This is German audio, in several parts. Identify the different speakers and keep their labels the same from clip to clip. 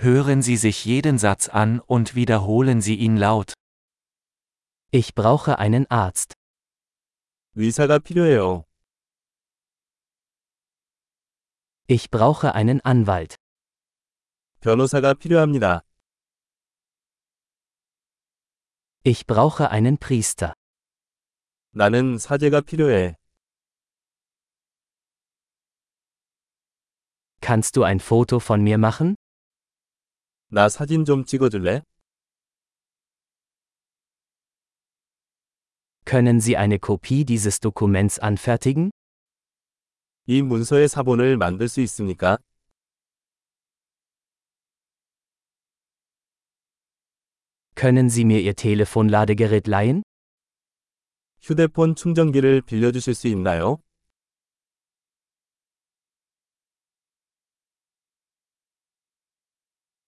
Speaker 1: Hören Sie sich jeden Satz an und wiederholen Sie ihn laut.
Speaker 2: Ich brauche einen Arzt.
Speaker 3: 의사가 필요해요.
Speaker 2: Ich brauche einen Anwalt.
Speaker 3: 변호사가 필요합니다.
Speaker 2: Ich brauche einen Priester.
Speaker 3: 나는 사제가 필요해.
Speaker 2: Kannst du ein Foto von mir machen?
Speaker 3: 나 사진 좀 찍어줄래?
Speaker 2: Können Sie eine Kopie dieses Dokuments anfertigen?
Speaker 3: 이 문서의 사본을 만들 수 있습니까?
Speaker 2: Können Sie mir Ihr Telefonladegerät leihen?
Speaker 3: 휴대폰 충전기를 빌려주실 수 있나요?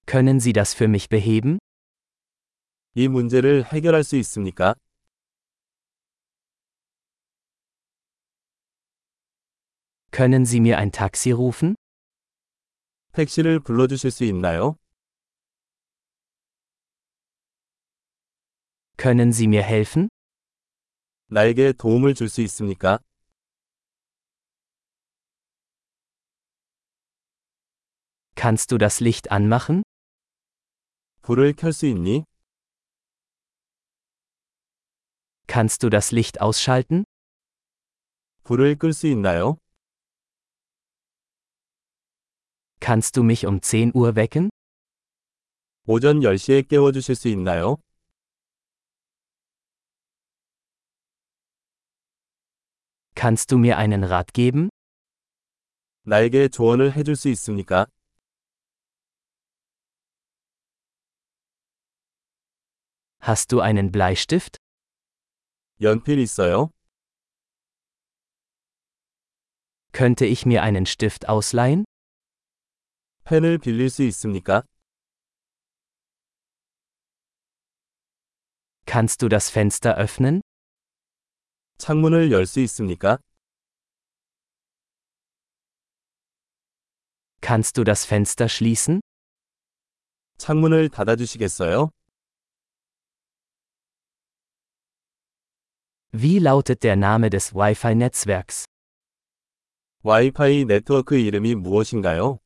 Speaker 2: Können Sie das für mich beheben?
Speaker 3: 이 문제를 해결할 수 있습니까?
Speaker 2: Können Sie mir ein Taxi rufen?
Speaker 3: 택시를 불러주실 수 있나요?
Speaker 2: Können Sie mir helfen?
Speaker 3: 나에게 도움을 줄 수 있습니까?
Speaker 2: Kannst du das Licht anmachen?
Speaker 3: 불을 켤 수 있니?
Speaker 2: Kannst du das Licht ausschalten?
Speaker 3: 불을 끌 수 있나요?
Speaker 2: Kannst du mich um 10 Uhr wecken?
Speaker 3: 오전 10시에 깨워주실 수 있나요?
Speaker 2: Kannst du mir einen Rat geben?
Speaker 3: 나에게 조언을 해줄 수 있습니까?
Speaker 2: Hast du einen Bleistift?
Speaker 3: 연필 있어요?
Speaker 2: Könnte ich mir einen Stift ausleihen?
Speaker 3: 펜을 빌릴 수 있습니까?
Speaker 2: Kannst du das Fenster öffnen?
Speaker 3: 창문을 열 수 있습니까?
Speaker 2: Kannst du das Fenster schließen?
Speaker 3: 창문을 닫아주시겠어요?
Speaker 2: Wie lautet der Name des Wi-Fi-Netzwerks?
Speaker 3: 와이파이 네트워크 이름이 무엇인가요?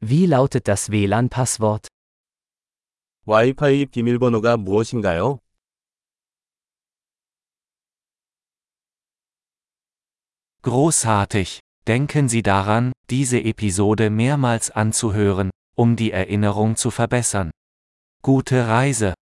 Speaker 2: Wie lautet das WLAN-Passwort?
Speaker 3: 와이파이 비밀번호가 무엇인가요?
Speaker 1: Großartig! Denken Sie daran, diese Episode mehrmals anzuhören, um die Erinnerung zu verbessern. Gute Reise!